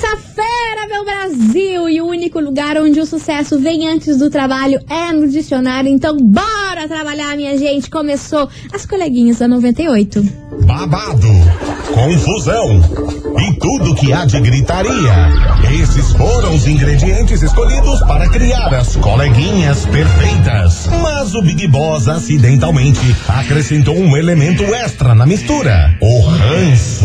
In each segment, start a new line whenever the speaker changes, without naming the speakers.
É Brasil e o único lugar onde o sucesso vem antes do trabalho é no dicionário. Então, bora trabalhar, minha gente. Começou as coleguinhas da 98.
Babado, confusão e tudo que há de gritaria. Esses foram os ingredientes escolhidos para criar as coleguinhas perfeitas. Mas o Big Boss acidentalmente acrescentou um elemento extra na mistura: o ranço.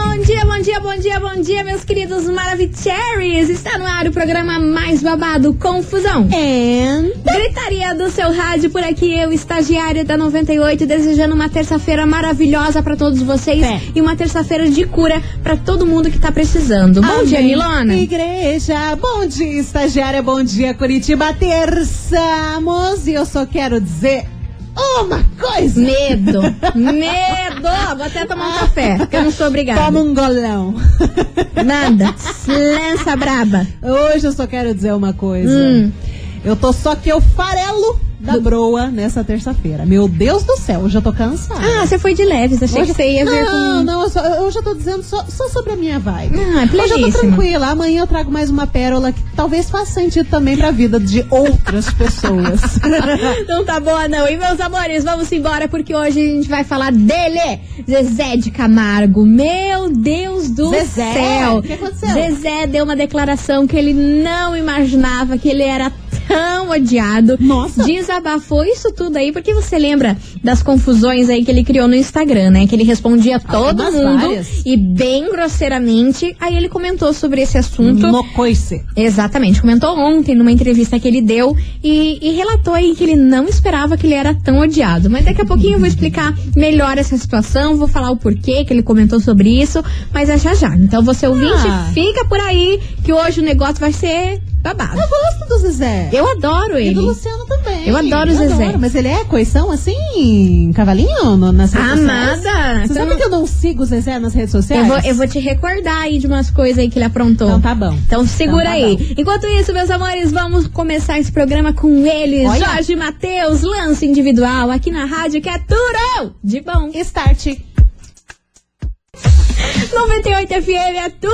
dia, bom dia, bom dia, bom dia, meus queridos Maravicheries! Está no ar o programa mais babado Confusão.
And...
Gritaria do seu rádio por aqui, eu, estagiária da 98, desejando uma terça-feira maravilhosa pra todos vocês
É.
e uma terça-feira de cura pra todo mundo que tá precisando. Bom dia,
Amém.
Milona!
Igreja, bom dia, estagiária, bom dia, Curitiba. Terçamos e eu só quero dizer uma coisa.
Medo! Medo! Vou até tomar um café, porque eu não sou obrigada.
Toma um golão.
Nada! Lança braba!
Hoje eu só quero dizer uma coisa.
Hum.
Eu tô só que eu farelo da broa nessa terça-feira. Meu Deus do céu, hoje eu tô cansada.
Ah, você foi de leves, achei que você ia ver
não,
com...
não, eu, só, eu já tô dizendo só, só sobre a minha vibe.
Ah, é
Hoje eu tô
pleníssima.
tranquila. Amanhã eu trago mais uma pérola que talvez faça sentido também pra vida de outras pessoas.
Não tá boa, não. E meus amores, vamos embora porque hoje a gente vai falar dele, Zezé de Camargo. Meu Deus do
Zezé,
céu!
o que aconteceu?
Zezé deu uma declaração que ele não imaginava que ele era tão odiado.
Nossa.
Desabafou isso tudo aí, porque você lembra das confusões aí que ele criou no Instagram, né? Que ele respondia a todo
umas
mundo
várias.
e bem grosseiramente. Aí ele comentou sobre esse assunto.
No coice.
Exatamente, comentou ontem numa entrevista que ele deu e, e relatou aí que ele não esperava que ele era tão odiado. Mas daqui a pouquinho eu vou explicar melhor essa situação, vou falar o porquê que ele comentou sobre isso, mas é já já. Então você ouvinte,
Ah.
fica por aí que hoje o negócio vai ser babado.
Eu gosto do Zezé.
Eu adoro
E
ele.
do Luciano também.
Eu adoro o Zezé.
adoro, mas ele é coição assim, cavalinho no, nas redes sociais?
Amada!
Você
você
sabe
não-
que eu não sigo o Zezé nas redes sociais?
Ah, Então- Eu vou, eu vou te recordar aí de umas coisas aí que ele aprontou.
Então tá bom.
Então segura
Então tá
aí. Enquanto isso, meus amores, vamos começar esse programa com eles.
Olha.
Jorge Matheus, lance individual aqui na rádio que é tudo de bom.
Start.
98 FM é tudo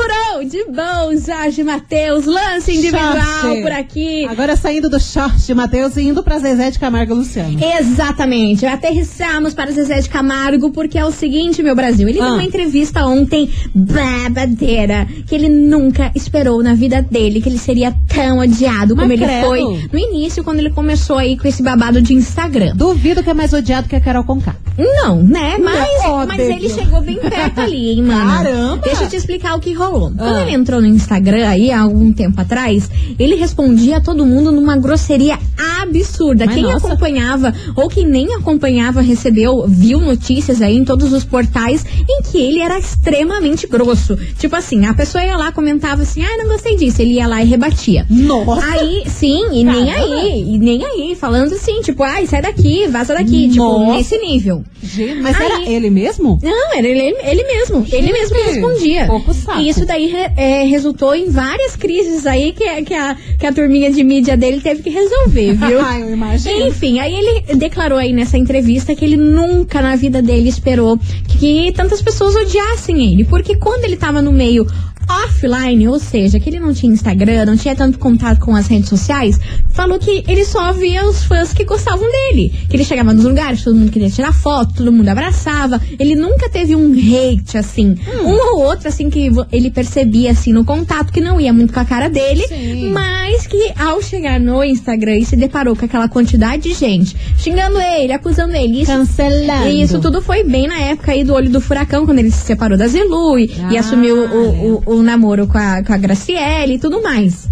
de bom. Jorge Matheus, lance individual
Short.
por aqui.
Agora saindo do short, Matheus, e indo pra Zezé de Camargo e
É.
Luciano.
Exatamente. Aterrissamos para Zezé de Camargo, porque é o seguinte, meu Brasil. Ele
Ah.
deu uma entrevista ontem babadeira, que ele nunca esperou na vida dele que ele seria tão odiado
Mas
como ele
credo.
foi no início, quando ele começou aí com esse babado de Instagram.
Duvido que é mais odiado que a Carol Conká.
Não, né? Mas,
Não, é
mas
óbvio.
ele chegou bem perto ali, hein, mano?
Caramba!
Deixa eu te explicar o que rolou. Quando
Ah.
ele entrou no Instagram aí, há algum tempo atrás, ele respondia a todo mundo numa grosseria absurda.
Mas
quem
nossa.
acompanhava ou quem nem acompanhava recebeu, viu notícias aí em todos os portais em que ele era extremamente grosso. Tipo assim, a pessoa ia lá, comentava assim, ah, não gostei disso. Ele ia lá e rebatia.
Nossa!
Aí, sim, e nem aí, e nem aí, falando assim, tipo, ai, sai daqui, vaza daqui, tipo,
Nossa.
nesse nível.
Gente, mas
Aí-
era ele mesmo?
Não, era ele, ele mesmo. ele mesmo respondia.
pouco saco.
E isso daí re- é, resultou em várias crises aí que, que, a, que a turminha de mídia dele teve que resolver, viu?
Ah, eu imagino.
Enfim, aí ele declarou aí nessa entrevista que ele nunca na vida dele esperou que tantas pessoas odiassem ele. Porque quando ele tava no meio offline, ou seja, que ele não tinha Instagram, não tinha tanto contato com as redes sociais, falou que ele só via os fãs que gostavam dele. Que ele chegava nos lugares, todo mundo queria tirar foto, todo mundo abraçava. Ele nunca teve um hate, assim.
Hum.
Um ou outro, assim, que vo- ele percebia, assim, no contato, que não ia muito com a cara dele.
Sim.
Mas que ao chegar no Instagram e se deparou com aquela quantidade de gente xingando ele, acusando ele, isso
Cancelando.
e é isso tudo foi bem na época aí do Olho do Furacão, quando ele se separou da Zilu e, e
Ah, é.
assumiu o, o- o namoro com a, com a Graciele e tudo mais.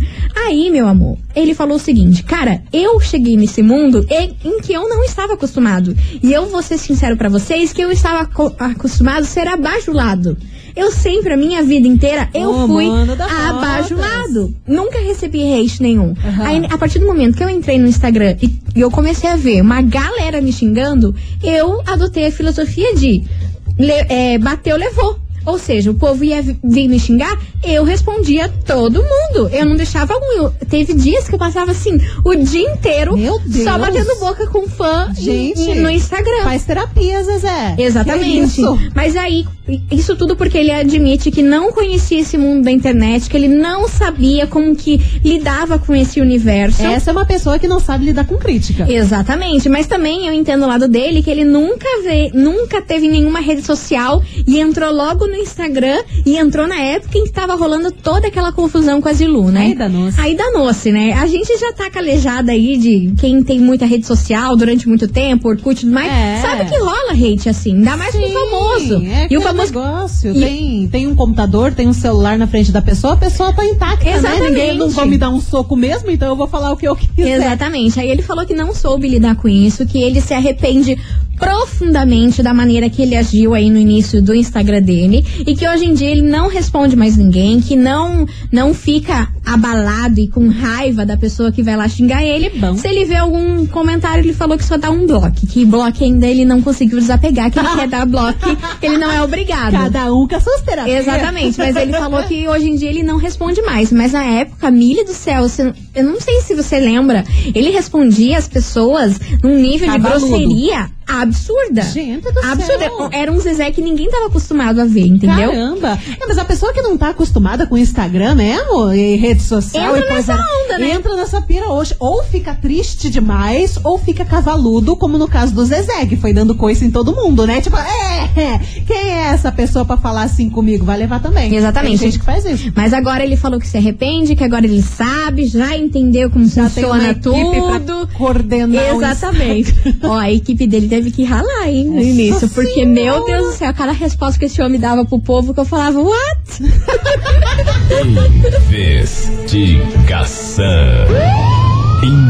Aí, meu amor, ele falou o seguinte, cara, eu cheguei nesse mundo em, em que eu não estava acostumado. E eu vou ser sincero pra vocês que eu estava aco- acostumado a ser abajulado. Eu sempre, a minha vida inteira, eu
Ô,
fui
mano um das
abajulado. Nunca recebi hate nenhum. Aí, a partir do momento que eu entrei no Instagram e, e eu comecei a ver uma galera me xingando, eu adotei a filosofia de le- é, bateu, levou. Ou seja, o povo ia vi- vir me xingar, eu respondia todo mundo. Eu não deixava algum. Eu- teve dias que eu passava assim, o dia inteiro
Meu
só
Deus.
batendo boca com fã e-
Gente,
e no Instagram.
Faz terapia, Zezé. Que
Exatamente.
É, isso?
Mas aí, isso tudo porque ele admite que não conhecia esse mundo da internet, que ele não sabia como que lidava com esse universo.
Essa é uma pessoa que não sabe lidar com crítica.
Exatamente, mas também eu entendo o lado dele que ele nunca vê, nunca teve nenhuma rede social e entrou logo no Instagram e entrou na época em que tava rolando toda aquela confusão com a Zilu, né?
Aí danou-se.
Aí danou-se, né? A gente já tá calejada aí de quem tem muita rede social durante muito tempo, Orkut e tudo mais,
É.
sabe que rola hate assim, ainda mais pro
Sim,
famoso. e
É
o
aquele
famoso
negócio.
e-
Tem, tem um computador, tem um celular na frente da pessoa, a pessoa tá intacta, né? Ninguém
Exatamente.
não vai me dar um soco mesmo, então eu vou falar o que eu quiser.
Exatamente. Aí ele falou que não soube lidar com isso, que ele se arrepende profundamente da maneira que ele agiu aí no início do Instagram dele e que hoje em dia ele não responde mais ninguém, que não não fica abalado e com raiva da pessoa que vai lá xingar ele.
Bom.
Se ele vê algum comentário, ele falou que só dá um bloco, que bloco ainda ele não conseguiu desapegar, que ele quer dar bloco, que ele não é obrigado.
Cada um com as suas terapias.
Exatamente, mas ele falou que hoje em dia ele não responde mais. Mas na época, Milha do Céu, você- eu não sei se você lembra, ele respondia as pessoas num nível
Cavaludo.
de grosseria absurda.
Gente do
absurda.
céu.
Era um Zezé que ninguém tava acostumado a ver, entendeu?
Caramba! É, mas a pessoa que não tá acostumada com Instagram mesmo, e rede social
Entra
e coisa.
nessa onda, né?
Entra nessa pira hoje. Ou fica triste demais, ou fica cavaludo, como no caso do Zezé, que foi dando coice em todo mundo, né? Tipo, é, quem é essa pessoa pra falar assim comigo? Vai levar também.
Exatamente.
Tem gente que faz isso.
Mas agora ele falou que se arrepende, que agora ele sabe, já entendeu como
Já tem uma
funciona
equipe pra
tudo.
coordenar o
Exatamente. Ó, a equipe dele teve que ralar, hein, no
Nossa
início. Porque, meu
Senhora.
Deus do céu, cada resposta que esse homem dava pro povo que eu falava, what?
Investigação.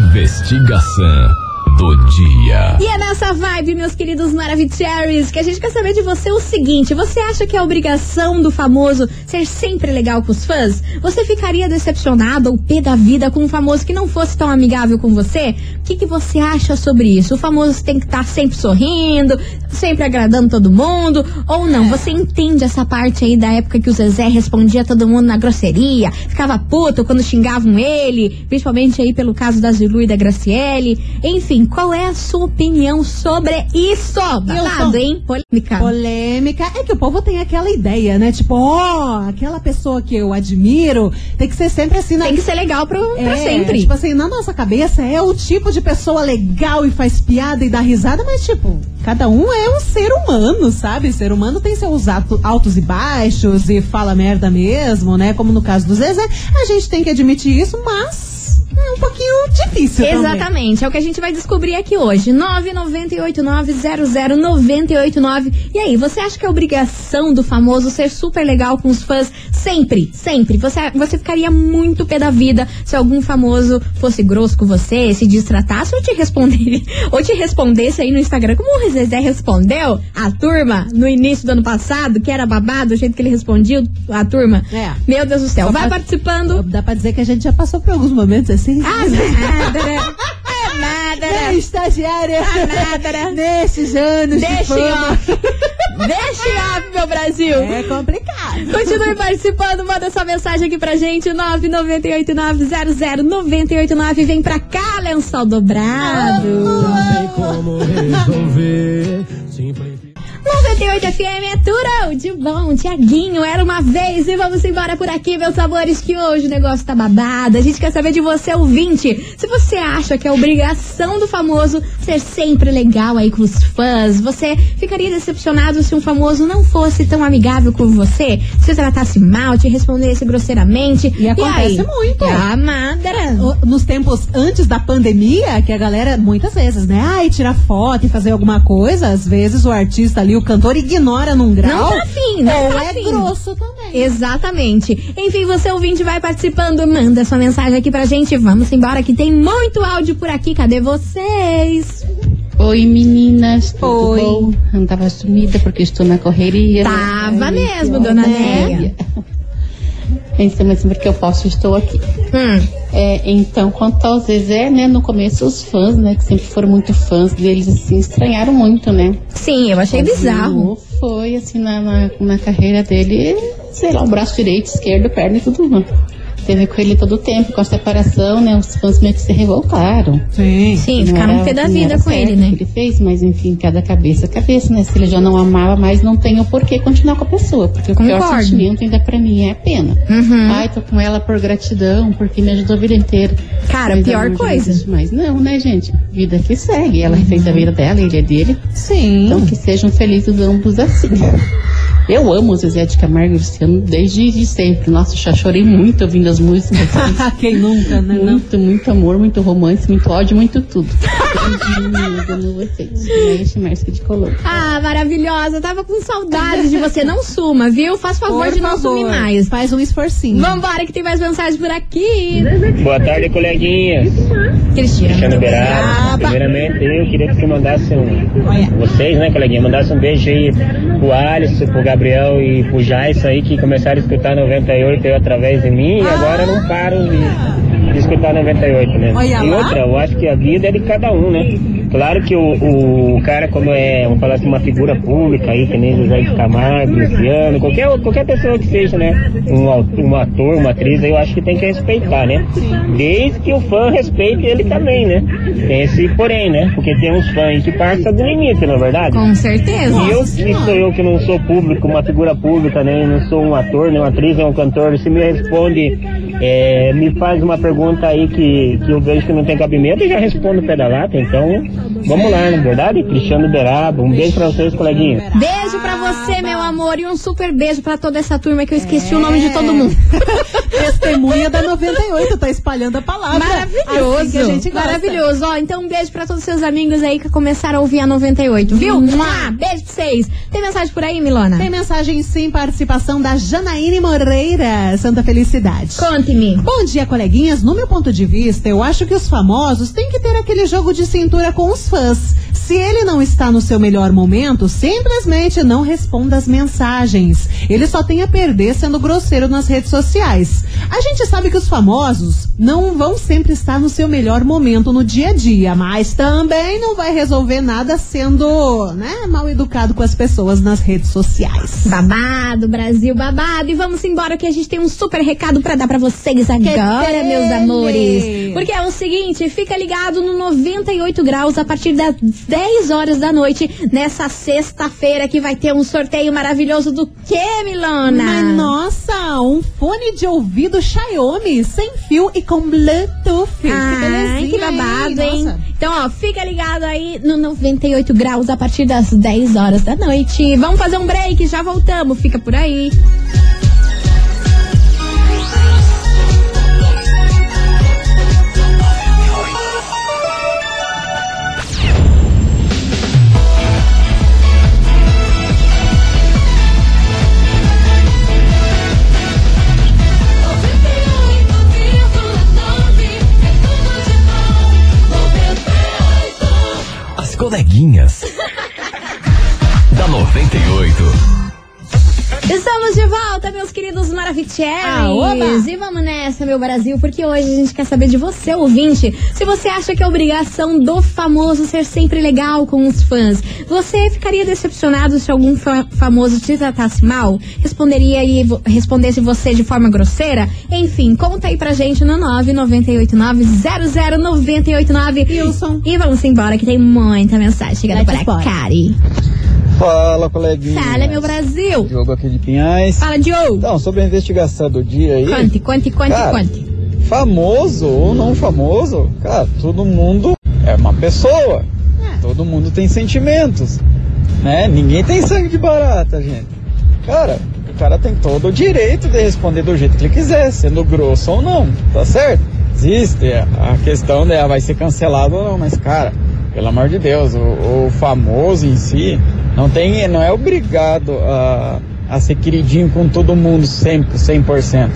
Investigação do dia.
E é nessa vibe, meus queridos Maravicheries, que a gente quer saber de você o seguinte: você acha que é obrigação do famoso ser sempre legal com os fãs? Você ficaria decepcionado ou pé da vida com um famoso que não fosse tão amigável com você? O que, que você acha sobre isso? O famoso tem que estar sempre sorrindo, sempre agradando todo mundo? Ou
É.
não? Você entende essa parte aí da época que o Zezé respondia todo mundo na grosseria, ficava puto quando xingavam ele, principalmente aí pelo caso da Zilu e da Graciele. Enfim, qual é a sua opinião sobre isso? Babado,
sou-
hein? Polêmica.
Polêmica é que o povo tem aquela ideia, né? Tipo, ó, aquela pessoa que eu admiro tem que ser sempre assim na
Tem que ser legal pro, pra sempre.
Tipo assim, na nossa cabeça é o tipo de pessoa legal e faz piada e dá risada, mas tipo, cada um é um ser humano, sabe? Ser humano tem seus ato- altos e baixos e fala merda mesmo, né? Como no caso do Zezé. A gente tem que admitir isso, mas é um pouquinho difícil também.
Exatamente, é o que a gente vai descobrir aqui hoje. 998900989. E aí, você acha que é obrigação do famoso ser super legal com os fãs sempre, sempre? Você, você ficaria muito pé da vida se algum famoso fosse grosso com você, se distratasse ou te responder, ou te respondesse aí no Instagram, como o Zezé respondeu a turma no início do ano passado, que era babado, o jeito que ele respondia a turma.
É.
Meu Deus do céu,
Só
vai
pra-
participando.
Dá pra dizer que a gente já passou por alguns momentos assim.
Ah, nada, né? Ah, nada, né?
Né, estagiária!
Ah, nada, né?
Nesses anos de
Deixa em
fama.
off. Deixa em off, meu Brasil.
É complicado.
Continue participando, manda sua mensagem aqui pra gente, 998900989. Vem pra cá, lençol dobrado.
como resolver. Simplificar.
98 FM é tudo de bom. Tiaguinho, era uma vez e vamos embora por aqui, meus amores, que hoje o negócio tá babado. A gente quer saber de você, ouvinte. Se você acha que é obrigação do famoso ser sempre legal aí com os fãs, você ficaria decepcionado se um famoso não fosse tão amigável com você? Se tratasse mal, te respondesse grosseiramente?
E acontece
aí?
muito.
Ah, madra.
O- nos tempos antes da pandemia, que a galera, muitas vezes, né? Ai, tirar foto e fazer alguma coisa, às vezes o artista ali, o cantor, ignora num grau.
Não tá afim, não
ou
tá
é
afim.
grosso também.
Exatamente. Enfim, você ouvinte vai participando, manda sua mensagem aqui pra gente. Vamos embora que tem muito áudio por aqui. Cadê vocês?
Oi meninas, tudo
Oi.
bom? Andava sumida porque estou na correria. né?
Tava
Ai,
mesmo,
que
dona
ódio.
Neia.
Então, mas sempre que eu posso, estou aqui.
Hum,
É, então, quanto ao Zezé, né, no começo os fãs, né, que sempre foram muito fãs deles, assim, estranharam muito, né?
sim, eu achei bizarro.
Zilu foi, assim, na, na, na carreira dele, sei lá, o braço direito, esquerdo, perna e tudo. né? Teve com ele todo o tempo, com a separação, né? Os fãs meio que se revoltaram.
Sim.
Sim,
Não é
ficaram
era-
um pé da
não
vida
era
com
certo
ele,
o
né?
que Ele fez, mas enfim, cada cabeça é cabeça, né? Se ele já não amava mais, não tem o porquê continuar com a pessoa. Porque o pior
Concordo. Uhum.
sentimento ainda pra mim é a pena. Ai, tô com ela por gratidão, porque me ajudou a vida inteira.
Cara,
Mas
pior
hoje não
coisa. Uhum.
existe mais não, né, gente? Vida que segue. Ela fez a vida dela, ele é dele.
Sim.
Então que sejam felizes ambos assim. Eu amo o Zezé de Camargo e Luciano desde de sempre. Nossa, já chorei muito ouvindo as músicas.
Quem nunca, né? Não.
Muito, muito amor, muito romance, muito ódio, muito tudo. Beijinhos, amo vocês. Mexe mais que de color.
Ah, maravilhosa. Tava com saudade de você. Não suma, viu? Faz favor
Por
de não
favor,
sumir mais.
Faz um esforcinho.
Vambora, que tem mais mensagem por aqui.
Boa tarde, coleguinhas. Alexandre
Cristiano.
Berardo. Primeiramente, eu queria que tu mandasse um. Vocês, né, coleguinha? Mandasse um beijo aí pro Alisson, pro Gabriel e pro Jason aí que começaram a escutar 98 eu através de mim
Ah.
e agora não param de, de escutar 98, né?
Olha
E
lá.
outra, eu acho que a vida é de cada um, né? Claro que o, o cara, como é, vamos falar assim, uma figura pública aí, que nem José de Camargo, Luciano, qualquer, qualquer pessoa que seja, né? Um, au- um ator, uma atriz, eu acho que tem que respeitar, né? Desde que o fã respeite ele também, né? Tem esse porém, né? Porque tem uns fãs que passam do limite, não é verdade?
Com certeza.
E eu, que sou eu que não sou público, uma figura pública, né? Não sou um ator, nem uma atriz, nem um cantor. Se me responde, é, me faz uma pergunta aí que, que eu vejo que não tem cabimento, eu já respondo pedalata. Então, vamos lá, não é verdade? Cristiano Beraba, um beijo pra vocês, coleguinhas.
Beijo pra você, meu amor, e um super beijo pra toda essa turma que eu esqueci o nome de todo mundo.
Testemunha da 98, tá espalhando a palavra.
Maravilhoso.
Assim que a gente gosta.
Maravilhoso. Ó, então um beijo pra todos os seus amigos aí que começaram a ouvir a 98, viu? Mua! Beijo pra vocês. Tem mensagem por aí, Milona?
Tem mensagem sim, participação da Janaíne Moreira, Santa Felicidade.
Conte-me.
Bom dia, coleguinhas. No meu ponto de vista, eu acho que os famosos têm que ter aquele jogo de cintura com os fãs. Se ele não está no seu melhor momento, simplesmente não responda as mensagens. Ele só tem a perder sendo grosseiro nas redes sociais. A gente sabe que os famosos não vão sempre estar no seu melhor momento no dia a dia, mas também não vai resolver nada sendo, né, mal educado com as pessoas nas redes sociais.
Babado, Brasil, babado. E vamos embora que a gente tem um super recado pra dar pra vocês agora,
dele!
meus amores. Porque é o seguinte, fica ligado no 98 graus a partir das 10 horas da noite, nessa sexta-feira que vai ter um sorteio maravilhoso do que, Milona?
Mas nossa, um fone de ouvido Xiaomi, sem fio e com Bluetooth.
Ai, que
belezinha,
babado, hein?
Nossa.
Então, ó, fica ligado aí no 98 graus a partir das 10 horas da noite. Vamos fazer um break, já voltamos. Fica por aí. é
As coleguinhas. da 98.
Estamos de volta, meus queridos
Ah,
Maravicheris.
oba!
E vamos nessa, meu Brasil, porque hoje a gente quer saber de você, ouvinte, se você acha que é obrigação do famoso ser sempre legal com os fãs. Você ficaria decepcionado se algum fa- famoso te tratasse mal? Responderia e vo- respondesse você de forma grosseira? Enfim, conta aí pra gente no 998900989.
Wilson.
E vamos embora que tem muita mensagem chegando
Let's
para
bora.
Cari.
Fala, coleguinha.
Fala, meu Ah. Brasil.
Diogo aqui de Pinhais.
Fala, Diogo.
Então, sobre a investigação do dia aí.
Quante, quante, quante,
Cara,
quante.
Famoso ou não famoso, cara, todo mundo é uma pessoa.
Ah.
Todo mundo tem sentimentos. Né? Ninguém tem sangue de barata, gente. Cara, o cara tem todo o direito de responder do jeito que ele quiser, sendo grosso ou não, tá certo? Existe é. a questão de ah, vai ser cancelado ou não, mas cara, pelo amor de Deus, o, o famoso em si não tem, não é obrigado a, a ser queridinho com todo mundo sempre, 100%.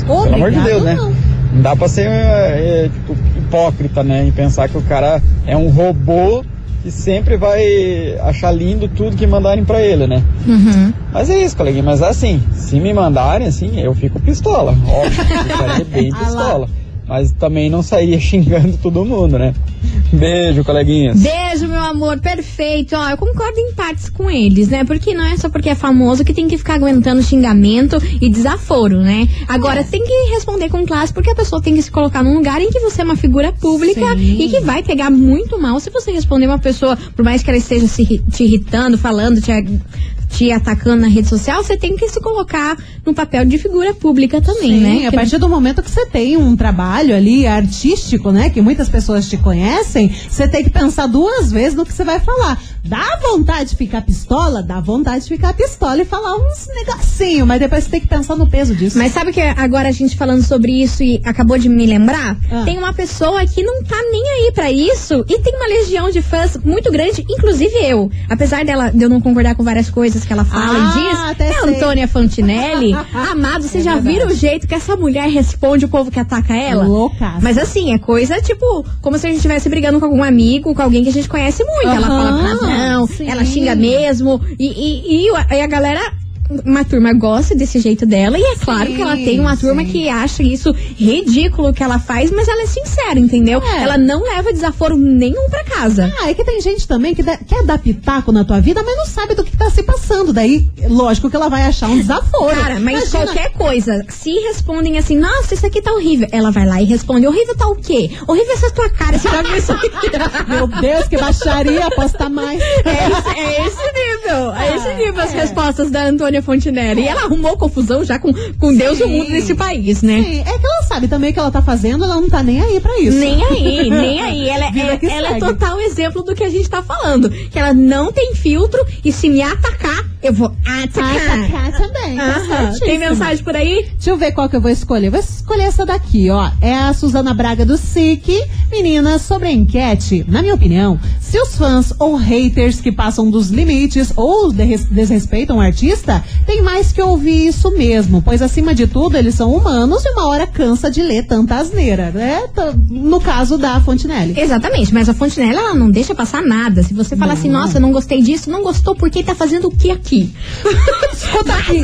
pelo amor de
Obrigado,
Deus, né?
não.
Não dá pra ser é, é, tipo, hipócrita, né? E pensar que o cara é um robô que sempre vai achar lindo tudo que mandarem pra ele, né?
Uhum.
Mas é isso, coleguinha. Mas assim, se me mandarem assim, eu fico pistola. Óbvio, eu ficaria bem pistola. Mas também não sairia xingando todo mundo, né? Beijo, coleguinhas.
Beijo, meu amor, perfeito. Ó, eu concordo em partes com eles, né? Porque não é só porque é famoso que tem que ficar aguentando xingamento e desaforo, né?
É.
Agora, tem que responder com classe, porque a pessoa tem que se colocar num lugar em que você é uma figura pública
Sim.
e que vai pegar muito mal se você responder uma pessoa, por mais que ela esteja se irri- te irritando, falando, te, ag- te atacando na rede social, você tem que se colocar no papel de figura pública também,
Sim,
né?
a
Que-
partir do momento que você tem um trabalho ali artístico, né? Que muitas pessoas te conhecem, você tem que pensar duas vezes no que você vai falar. Dá vontade de ficar pistola? Dá vontade de ficar pistola e falar uns negocinho, mas depois você tem que pensar no peso disso.
Mas sabe que é? agora a gente falando sobre isso e acabou de me lembrar?
Ah.
Tem uma pessoa que não tá nem aí pra isso e tem uma legião de fãs muito grande, inclusive eu. Apesar dela de eu não concordar com várias coisas que ela fala
Ah,
e diz,
até
é a
sei. É
Antônia Fantinelli. Amado, vocês já viram o jeito que essa mulher responde o povo que ataca ela?
Loucaça.
Mas assim, é coisa tipo, como se a gente estivesse brigando com algum amigo, com alguém que a gente conhece muito. Ela
Aham,
fala pra não,
sim.
ela xinga mesmo. E, e, e a- e a galera, uma turma gosta desse jeito dela. E é claro que ela tem uma turma
sim.
que acha isso ridículo que ela faz, mas ela é sincera, entendeu?
É.
Ela não leva desaforo nenhum pra casa.
Ah, é que tem gente também que dá- quer dar pitaco na tua vida, mas não sabe do que, que tá se passando. Daí, lógico que ela vai achar um desaforo.
Cara, mas
Imagina-
qualquer coisa, se respondem assim, nossa, isso aqui tá horrível. Ela vai lá e responde, horrível tá o quê? Horrível essa tua cara, você já viu isso aqui?
Meu Deus, que baixaria, postar mais.
É esse, é esse nível. É esse nível as respostas da Antônia Fontinelli. E ela arrumou confusão já com, com Deus e o mundo nesse país, né?
Sim, É que ela sabe também o que ela tá fazendo, ela não tá nem aí pra isso.
Nem aí, nem aí. Ela,
Vida
é,
que
ela é
segue.
total exemplo do que a gente tá falando. Que ela não tem filtro e se me atacar, eu vou atacar. É
Ah, também. tá
Aham.
certíssimo.
Tem mensagem por aí?
Deixa eu ver qual que eu vou escolher. Vou escolher essa daqui, ó. É a Suzana Braga do SIC. Menina, sobre a enquete, na minha opinião, se os fãs ou haters que passam dos limites ou des- desrespeitam o artista, tem mais que ouvir isso mesmo. Pois, acima de tudo, eles são humanos e uma hora cansa de ler tanta asneira, né? T- No caso da Fontinelli.
Exatamente, mas a Fontenelle ela não deixa passar nada. Se você falar assim, nossa, eu não gostei disso, não gostou porque tá fazendo o que aqui?
Escuta aqui,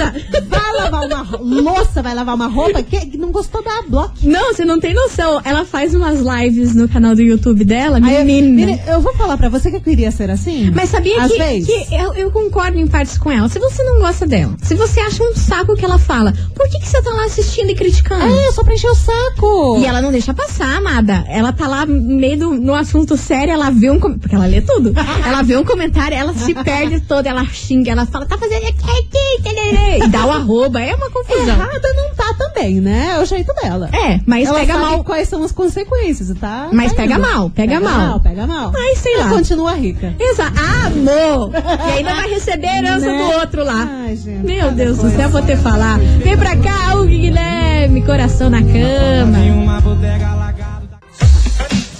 vai lavar uma ro- louça, vai lavar uma roupa, que não gostou da block.
Não, você não tem noção. Ela faz umas lives no canal do YouTube dela,
Aí,
menina.
menina, eu vou falar pra você que eu queria ser assim.
Mas sabia
Às
que,
vezes.
que eu, eu concordo em partes com ela. Se você não gosta dela, se você acha um saco o que ela fala, por que, que você tá lá assistindo e criticando?
É, só pra encher o saco.
E ela não deixa passar, amada. Ela tá lá meio do, no assunto sério, ela vê um com- porque ela lê tudo. Ela vê um comentário, ela se perde toda, ela xinga, ela fala, tá fazendo aqui, e dá o arroba, é uma confusão.
Errada não tá também, né? É o jeito dela.
É, mas
Ela
pega
sabe
mal.
quais são as consequências, tá?
Mas
tá
pega
indo.
mal, pega mal.
Pega mal,
Mas sei
Ela
lá.
continua rica.
Exa amor! E ainda vai receber a herança
Né?
do outro lá.
Ai, gente,
Meu Deus do céu, vou ter que falar. Vem pra cá, o Guilherme, coração na cama.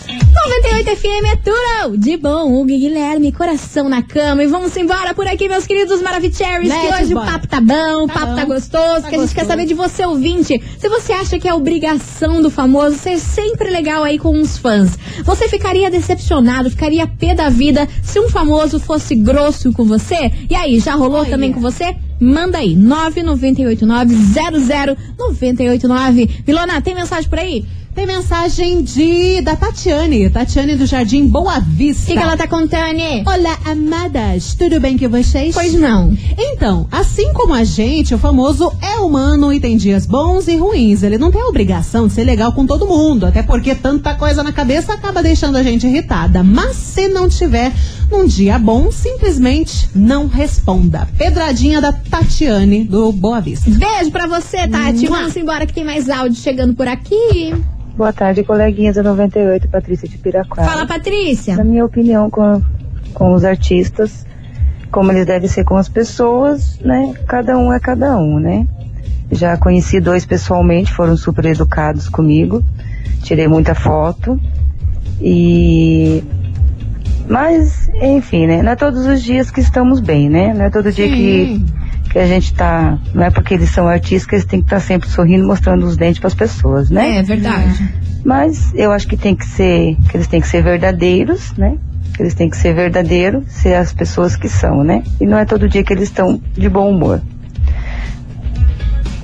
98 FM é tudo de bom, Hugo e Guilherme, coração na cama. E vamos embora por aqui, meus queridos Maravicheries, que
Let's
hoje o
bora.
papo tá bom, o
Tá
papo tá
bom.
gostoso,
Tá
que a gente quer
gostoso.
saber de você, ouvinte. Se você acha que é obrigação do famoso ser sempre legal aí com os fãs, você ficaria decepcionado, ficaria pé da vida se um famoso fosse grosso com você? E aí, já rolou
Olha.
também com você? Manda aí, 998900989. Milona, tem mensagem por aí?
Tem mensagem de da Tatiane, Tatiane do Jardim Boa
O
Vista.
que, que ela tá contando? hein?
Olá, amadas. Tudo bem com vocês?
Pois não.
Então, assim como a gente, o famoso é humano e tem dias bons e ruins. Ele não tem a obrigação de ser legal com todo mundo, até porque tanta coisa na cabeça acaba deixando a gente irritada. Mas se não tiver num dia bom, simplesmente não responda. Pedradinha da Tatiane, do Boa Vista.
Beijo pra você, Tati. Vamos embora que tem mais áudio chegando por aqui.
Boa tarde, coleguinhas da 98, Patrícia de
Tá.
Piraquara.
Fala, Patrícia.
Na minha opinião, com, com os artistas, como eles devem ser com as pessoas, né? Cada um é cada um, né? Já conheci dois pessoalmente, foram super educados comigo, tirei muita foto e. Mas, enfim, né? Não é todos os dias que estamos bem, né? Não é todo dia que, que a gente tá. Não é porque eles são artistas que eles têm que estar sempre sorrindo, mostrando os dentes para as pessoas, né?
É verdade.
Mas eu acho que tem que ser, que eles têm que ser verdadeiros, né? Que eles têm que ser verdadeiros, ser as pessoas que são, né? E não é todo dia que eles estão de bom humor.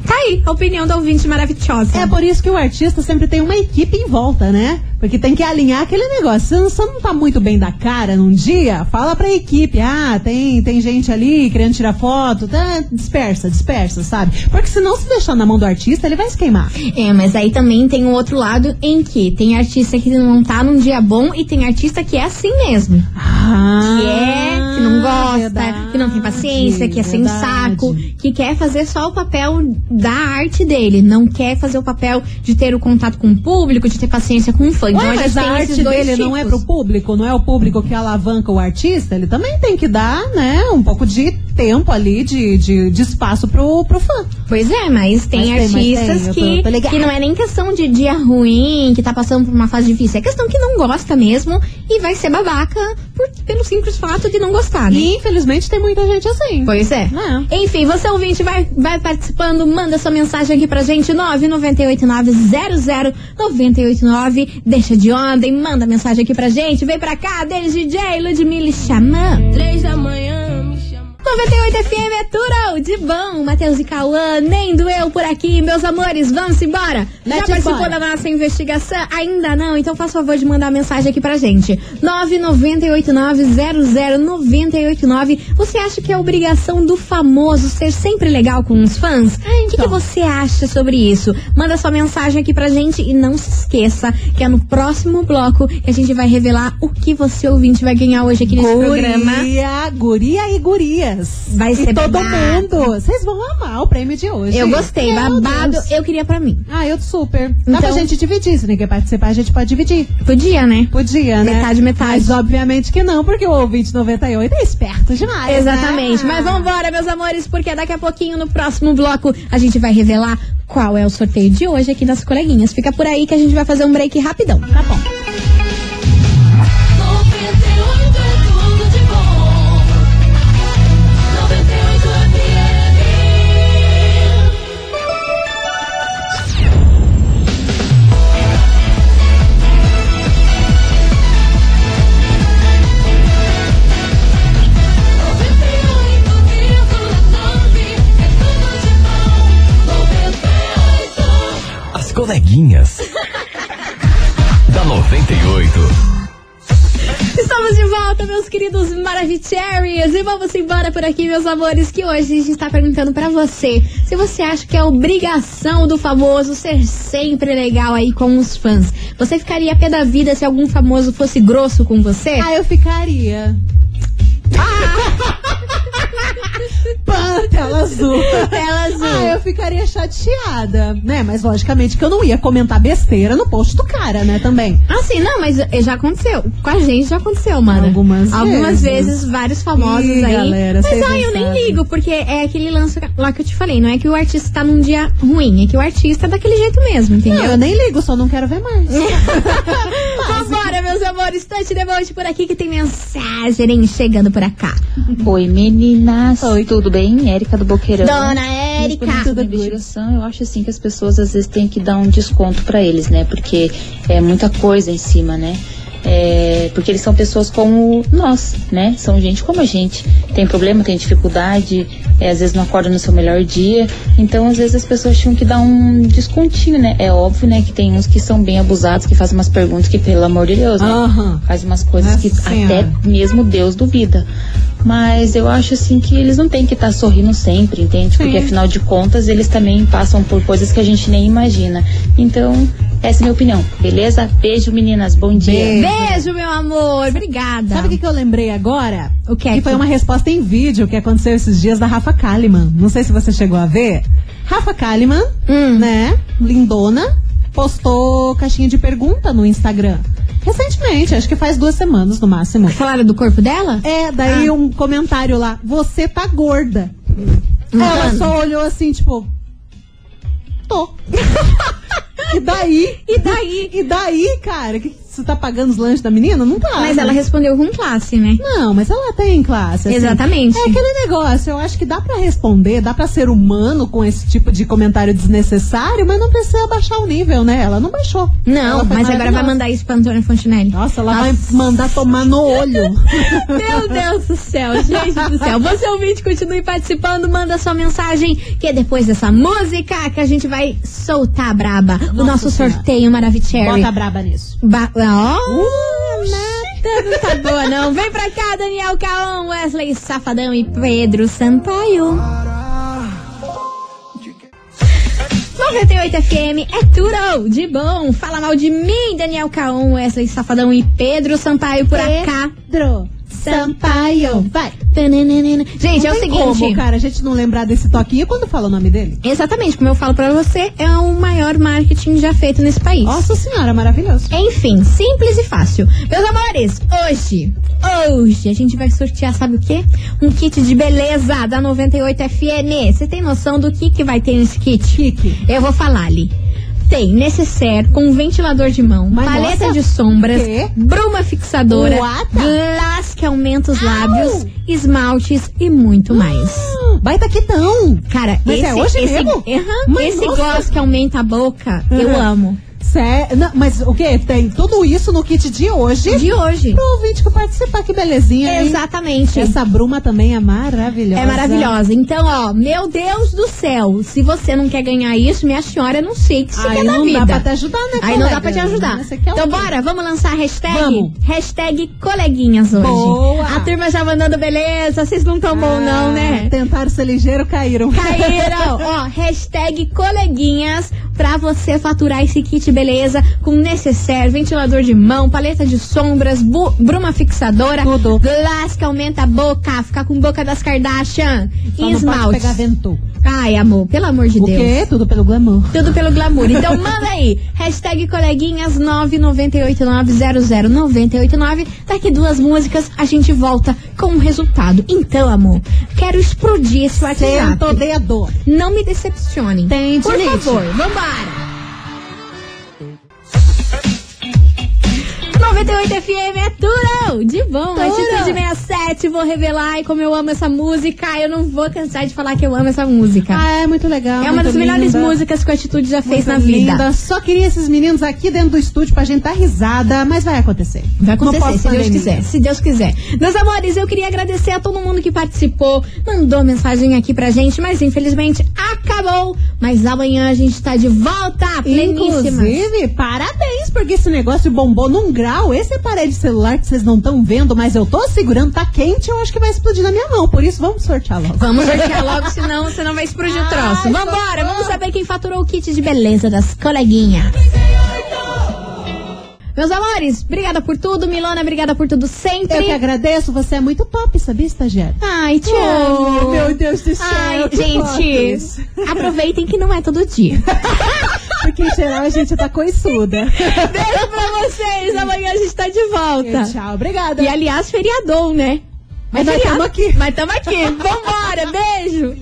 Tá aí a opinião da ouvinte maravilhosa.
É por isso que o artista sempre tem uma equipe em volta, né? Porque tem que alinhar aquele negócio. Se você não tá muito bem da cara num dia, fala pra equipe. Ah, tem, tem gente ali querendo tirar foto. Tá, dispersa, dispersa, sabe? Porque senão se deixar na mão do artista, ele vai se queimar.
É, mas aí também tem o outro lado em que tem artista que não tá num dia bom e tem artista que é assim mesmo.
Ah,
que é, que não gosta,
verdade,
que não tem paciência, que é sem
verdade.
saco, que quer fazer só o papel da arte dele, não quer fazer o papel de ter o contato com o público, de ter paciência com o fã. então
Ué, mas
gente
a
tem
arte
esses
dele
dois
não é
tipos.
pro público, não é o público que alavanca o artista, ele também tem que dar, né, um pouco de tempo ali, de, de, de espaço pro, pro fã.
Pois é, mas tem
Mas tem, mas tem,
artistas
eu tô-
que,
tô ligada.
que não é nem questão de dia ruim, que tá passando por uma fase difícil. É questão que não gosta mesmo e vai ser babaca por- pelo simples fato de não gostar, né?
E infelizmente tem muita gente assim.
Pois é. Enfim, você ouvinte vai, vai participando, manda sua mensagem aqui pra gente, 998900989. Deixa de onda e manda mensagem aqui pra gente. Vem pra cá, desde DJ Ludmilla e Xamã. 3 da manhã, me chama. 98 FM é tudo de bom. Matheus e Cauã, nem doeu por aqui. Meus amores, vamos embora. Já
Let's
participou
embora.
da nossa investigação? Ainda não? Então faz favor de mandar mensagem aqui pra gente. 998900989. Você acha que é obrigação do famoso ser sempre legal com os fãs? O que, que você acha sobre isso? Manda sua mensagem aqui pra gente e não se esqueça que é no próximo bloco que a gente vai revelar o que você ouvinte vai ganhar hoje aqui nesse programa.
Guria, guria e gurias.
Vai ser
e todo
babado.
mundo. Vocês vão amar o prêmio de hoje.
Eu gostei,
Meu
babado,
Deus.
eu queria pra mim.
Ah, eu super. Dá
Então-
pra gente dividir. Se ninguém participar, a gente pode dividir.
Podia, né?
Podia, né?
Metade, metade.
Mas obviamente que não, porque o ouvinte 98 é esperto demais.
Exatamente.
né?
Mas vambora, meus amores, porque daqui a pouquinho, no próximo bloco, a gente vai revelar qual é o sorteio de hoje aqui das coleguinhas. Fica por aí que a gente vai fazer um break rapidão.
Tá bom.
As coleguinhas. da 98.
Estamos de volta, meus queridos Maravicheries. E vamos embora por aqui, meus amores, que hoje a gente está perguntando pra você se você acha que é obrigação do famoso ser sempre legal aí com os fãs. Você ficaria pé da vida se algum famoso fosse grosso com você?
Ah, eu ficaria.
Ah!
Pã, tela azul.
Tela azul.
Ah, eu ficaria chateada, né? Mas logicamente que eu não ia comentar besteira no post do cara, né? Também.
Assim, não, mas eh, já aconteceu. Com a gente já aconteceu, mano.
Algumas
Algumas vezes,
vezes.
vários famosos
Ih,
aí.
galera,
mas
vocês
ai,
não
eu nem
sabem.
ligo, porque é aquele lance lá que eu te falei. Não é que o artista tá num dia ruim, é que o artista é daquele jeito mesmo,
Não,
entendeu?
eu nem ligo, só não quero ver mais.
Vambora, meus amores. Tante Devote por aqui que tem mensagem hein, chegando por acá.
Oi, meninas.
Oi.
Tudo bem? Érica do Boqueirão.
Dona
Por
Érica.
isso da investigação, eu acho assim que as pessoas às vezes têm que dar um desconto pra eles, né? Porque é muita coisa em cima, né? É, porque eles são pessoas como nós, né? São gente como a gente. Tem problema, tem dificuldade, é, às vezes não acorda no seu melhor dia. Então, às vezes, as pessoas tinham que dar um descontinho, né? É óbvio, né, que tem uns que são bem abusados, que fazem umas perguntas que, pelo amor de Deus, né?
Aham.
faz umas coisas
Nossa
que
Senhora.
até mesmo Deus duvida. Mas eu acho assim que eles não têm que estar sorrindo sempre, entende? Porque afinal de contas eles também passam por coisas que a gente nem imagina. Então, essa é a minha opinião, beleza? Beijo, meninas. Bom dia.
Beijo.
Beijo, meu amor. Obrigada.
Sabe o que, que eu lembrei agora?
O que é
Que foi
que-
uma resposta em vídeo que aconteceu esses dias da Rafa Kalimann. Não sei se você chegou a ver. Rafa Kalimann,
Hum.
né? Lindona, postou caixinha de pergunta no Instagram. Recentemente, acho que faz duas semanas no máximo.
Falaram do corpo dela?
É, daí
Ah.
um comentário lá. Você tá gorda.
tá.
Ela só olhou assim, tipo. Tô. e daí?
E daí?
E daí, cara? Que- Você tá pagando os lanches da menina? Não tá.
Mas ela respondeu com classe, né?
Não, mas ela tem classe. assim.
Exatamente.
É aquele negócio, eu acho que dá pra responder, dá pra ser humano com esse tipo de comentário desnecessário, mas não precisa baixar o nível, né? Ela não baixou.
Não,
Ela foi
mas agora vai
maravilhosa.
mandar isso pra Antônia Fontinelli.
Nossa, ela vai mandar tomar no olho.
Meu Deus do céu, gente do céu. Você ouvinte, continue participando, manda sua mensagem, que é depois dessa música que a gente vai soltar a braba. o nosso
Senhora.
sorteio Maravicherry.
Bota a braba nisso.
Ba Ah, ó, nada, não tá boa não. Vem pra cá, Daniel Caon, Wesley Safadão e Pedro Sampaio. 98 FM é tudo de bom. Fala mal de mim, Daniel Caon, Wesley Safadão e Pedro Sampaio por acá.
Pedro Sampaio. Vai.
Tananana. Gente, é o
Não tem
seguinte.
Como, cara, a gente não lembrar desse toquinho quando fala o nome dele?
Exatamente, como eu falo pra você, é o maior marketing já feito nesse país.
Nossa senhora, maravilhoso.
Enfim, simples e fácil. Meus amores, hoje, hoje a gente vai sortear, sabe o quê? Um kit de beleza da 98 FM. Você tem noção do que que vai ter nesse kit?
Chique.
Eu vou falar ali. Tem necessaire com ventilador de mão,
Mas
paleta
nossa,
de sombras,
quê?
bruma fixadora,
Uata.
glass que aumenta os lábios, esmaltes e muito mais.
Baita quitão.
Cara,
Mas
esse,
é hoje
esse,
mesmo?
Aham,
Mas
esse
nossa.
gloss que aumenta a boca, eu
Aham.
amo.
Sério? Não, Mas o quê? Tem tudo isso no kit de hoje?
De hoje.
Pro ouvinte que participar, que belezinha, hein?
Exatamente.
Essa bruma também é maravilhosa.
É maravilhosa. Então, ó, meu Deus do céu, se você não quer ganhar isso, minha senhora, eu não sei o que você
Aí
quer da
não
vida.
dá pra te ajudar, né,
Aí não dá
colega?
pra te ajudar.
Você quer o
Então
um quê?
bora, vamos lançar a hashtag?
Vamos.
Hashtag coleguinhas hoje.
Boa. Ah,
A turma já mandando beleza, vocês não tão bom não, né?
Tentaram ser ligeiro, caíram.
Caíram! Ó, hashtag coleguinhas pra você faturar esse kit beleza com necessaire, ventilador de mão, paleta de sombras, bu- bruma fixadora,
Tudo.
glass que aumenta a boca, ficar com boca das Kardashian, e
Só não pode
esmalte.
pegar vento.
Ai, amor, pelo amor de
O
Deus.
quê? Tudo pelo glamour.
Tudo pelo glamour. Então manda aí. Hashtag coleguinhas 998900989. Daqui duas músicas a gente volta com o resultado. Então, amor, quero explodir esse WhatsApp.
Senta o dedo.
Não me decepcionem.
Tente,
Por
Nietzsche.
favor, vambora. 98 FM é tudo de bom.
Tudo.
Atitude 67, vou revelar e como eu amo essa música. Eu não vou cansar de falar que eu amo essa música.
Ah, é muito legal.
é uma
muito
das melhores
linda.
músicas que a Atitude já fez
Muito
na vida.
linda. Só queria esses meninos aqui dentro do estúdio pra gente dar risada, mas vai acontecer.
Vai
Não posso
acontecer, se Deus
pandemia.
quiser. Se Deus quiser. Meus amores, eu queria agradecer a todo mundo que participou, mandou mensagem aqui pra gente, mas infelizmente acabou. Mas amanhã a gente tá de volta, pleníssima.
Inclusive, parabéns, porque esse negócio bombou num grau. Esse aparelho de celular que vocês não estão vendo, mas eu tô segurando, tá quente, eu acho que vai explodir na minha mão. Por isso, vamos sortear logo.
Vamos sortear logo, senão você não vai explodir o troço.
Ai,
Vambora,
socorro.
vamos saber quem faturou o kit de beleza das coleguinhas. Meus amores, obrigada por tudo. Milona, obrigada por tudo sempre.
Eu que agradeço, você é muito top, sabia, estagiário?
Ai, te amo.
meu Deus do céu.
Oh. Ai,
que
gente,
top.
aproveitem que não é todo dia.
Porque em geral a gente tá coiçuda.
Beijo pra vocês. Amanhã a gente tá de volta.
Tchau, obrigada.
E aliás, feriadão, né?
Mas nós
feriado-
tamo aqui.
Mas tamo aqui. Vambora, beijo.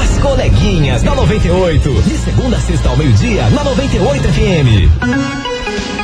As coleguinhas da 98. De segunda a sexta ao meio-dia, na 98 FM.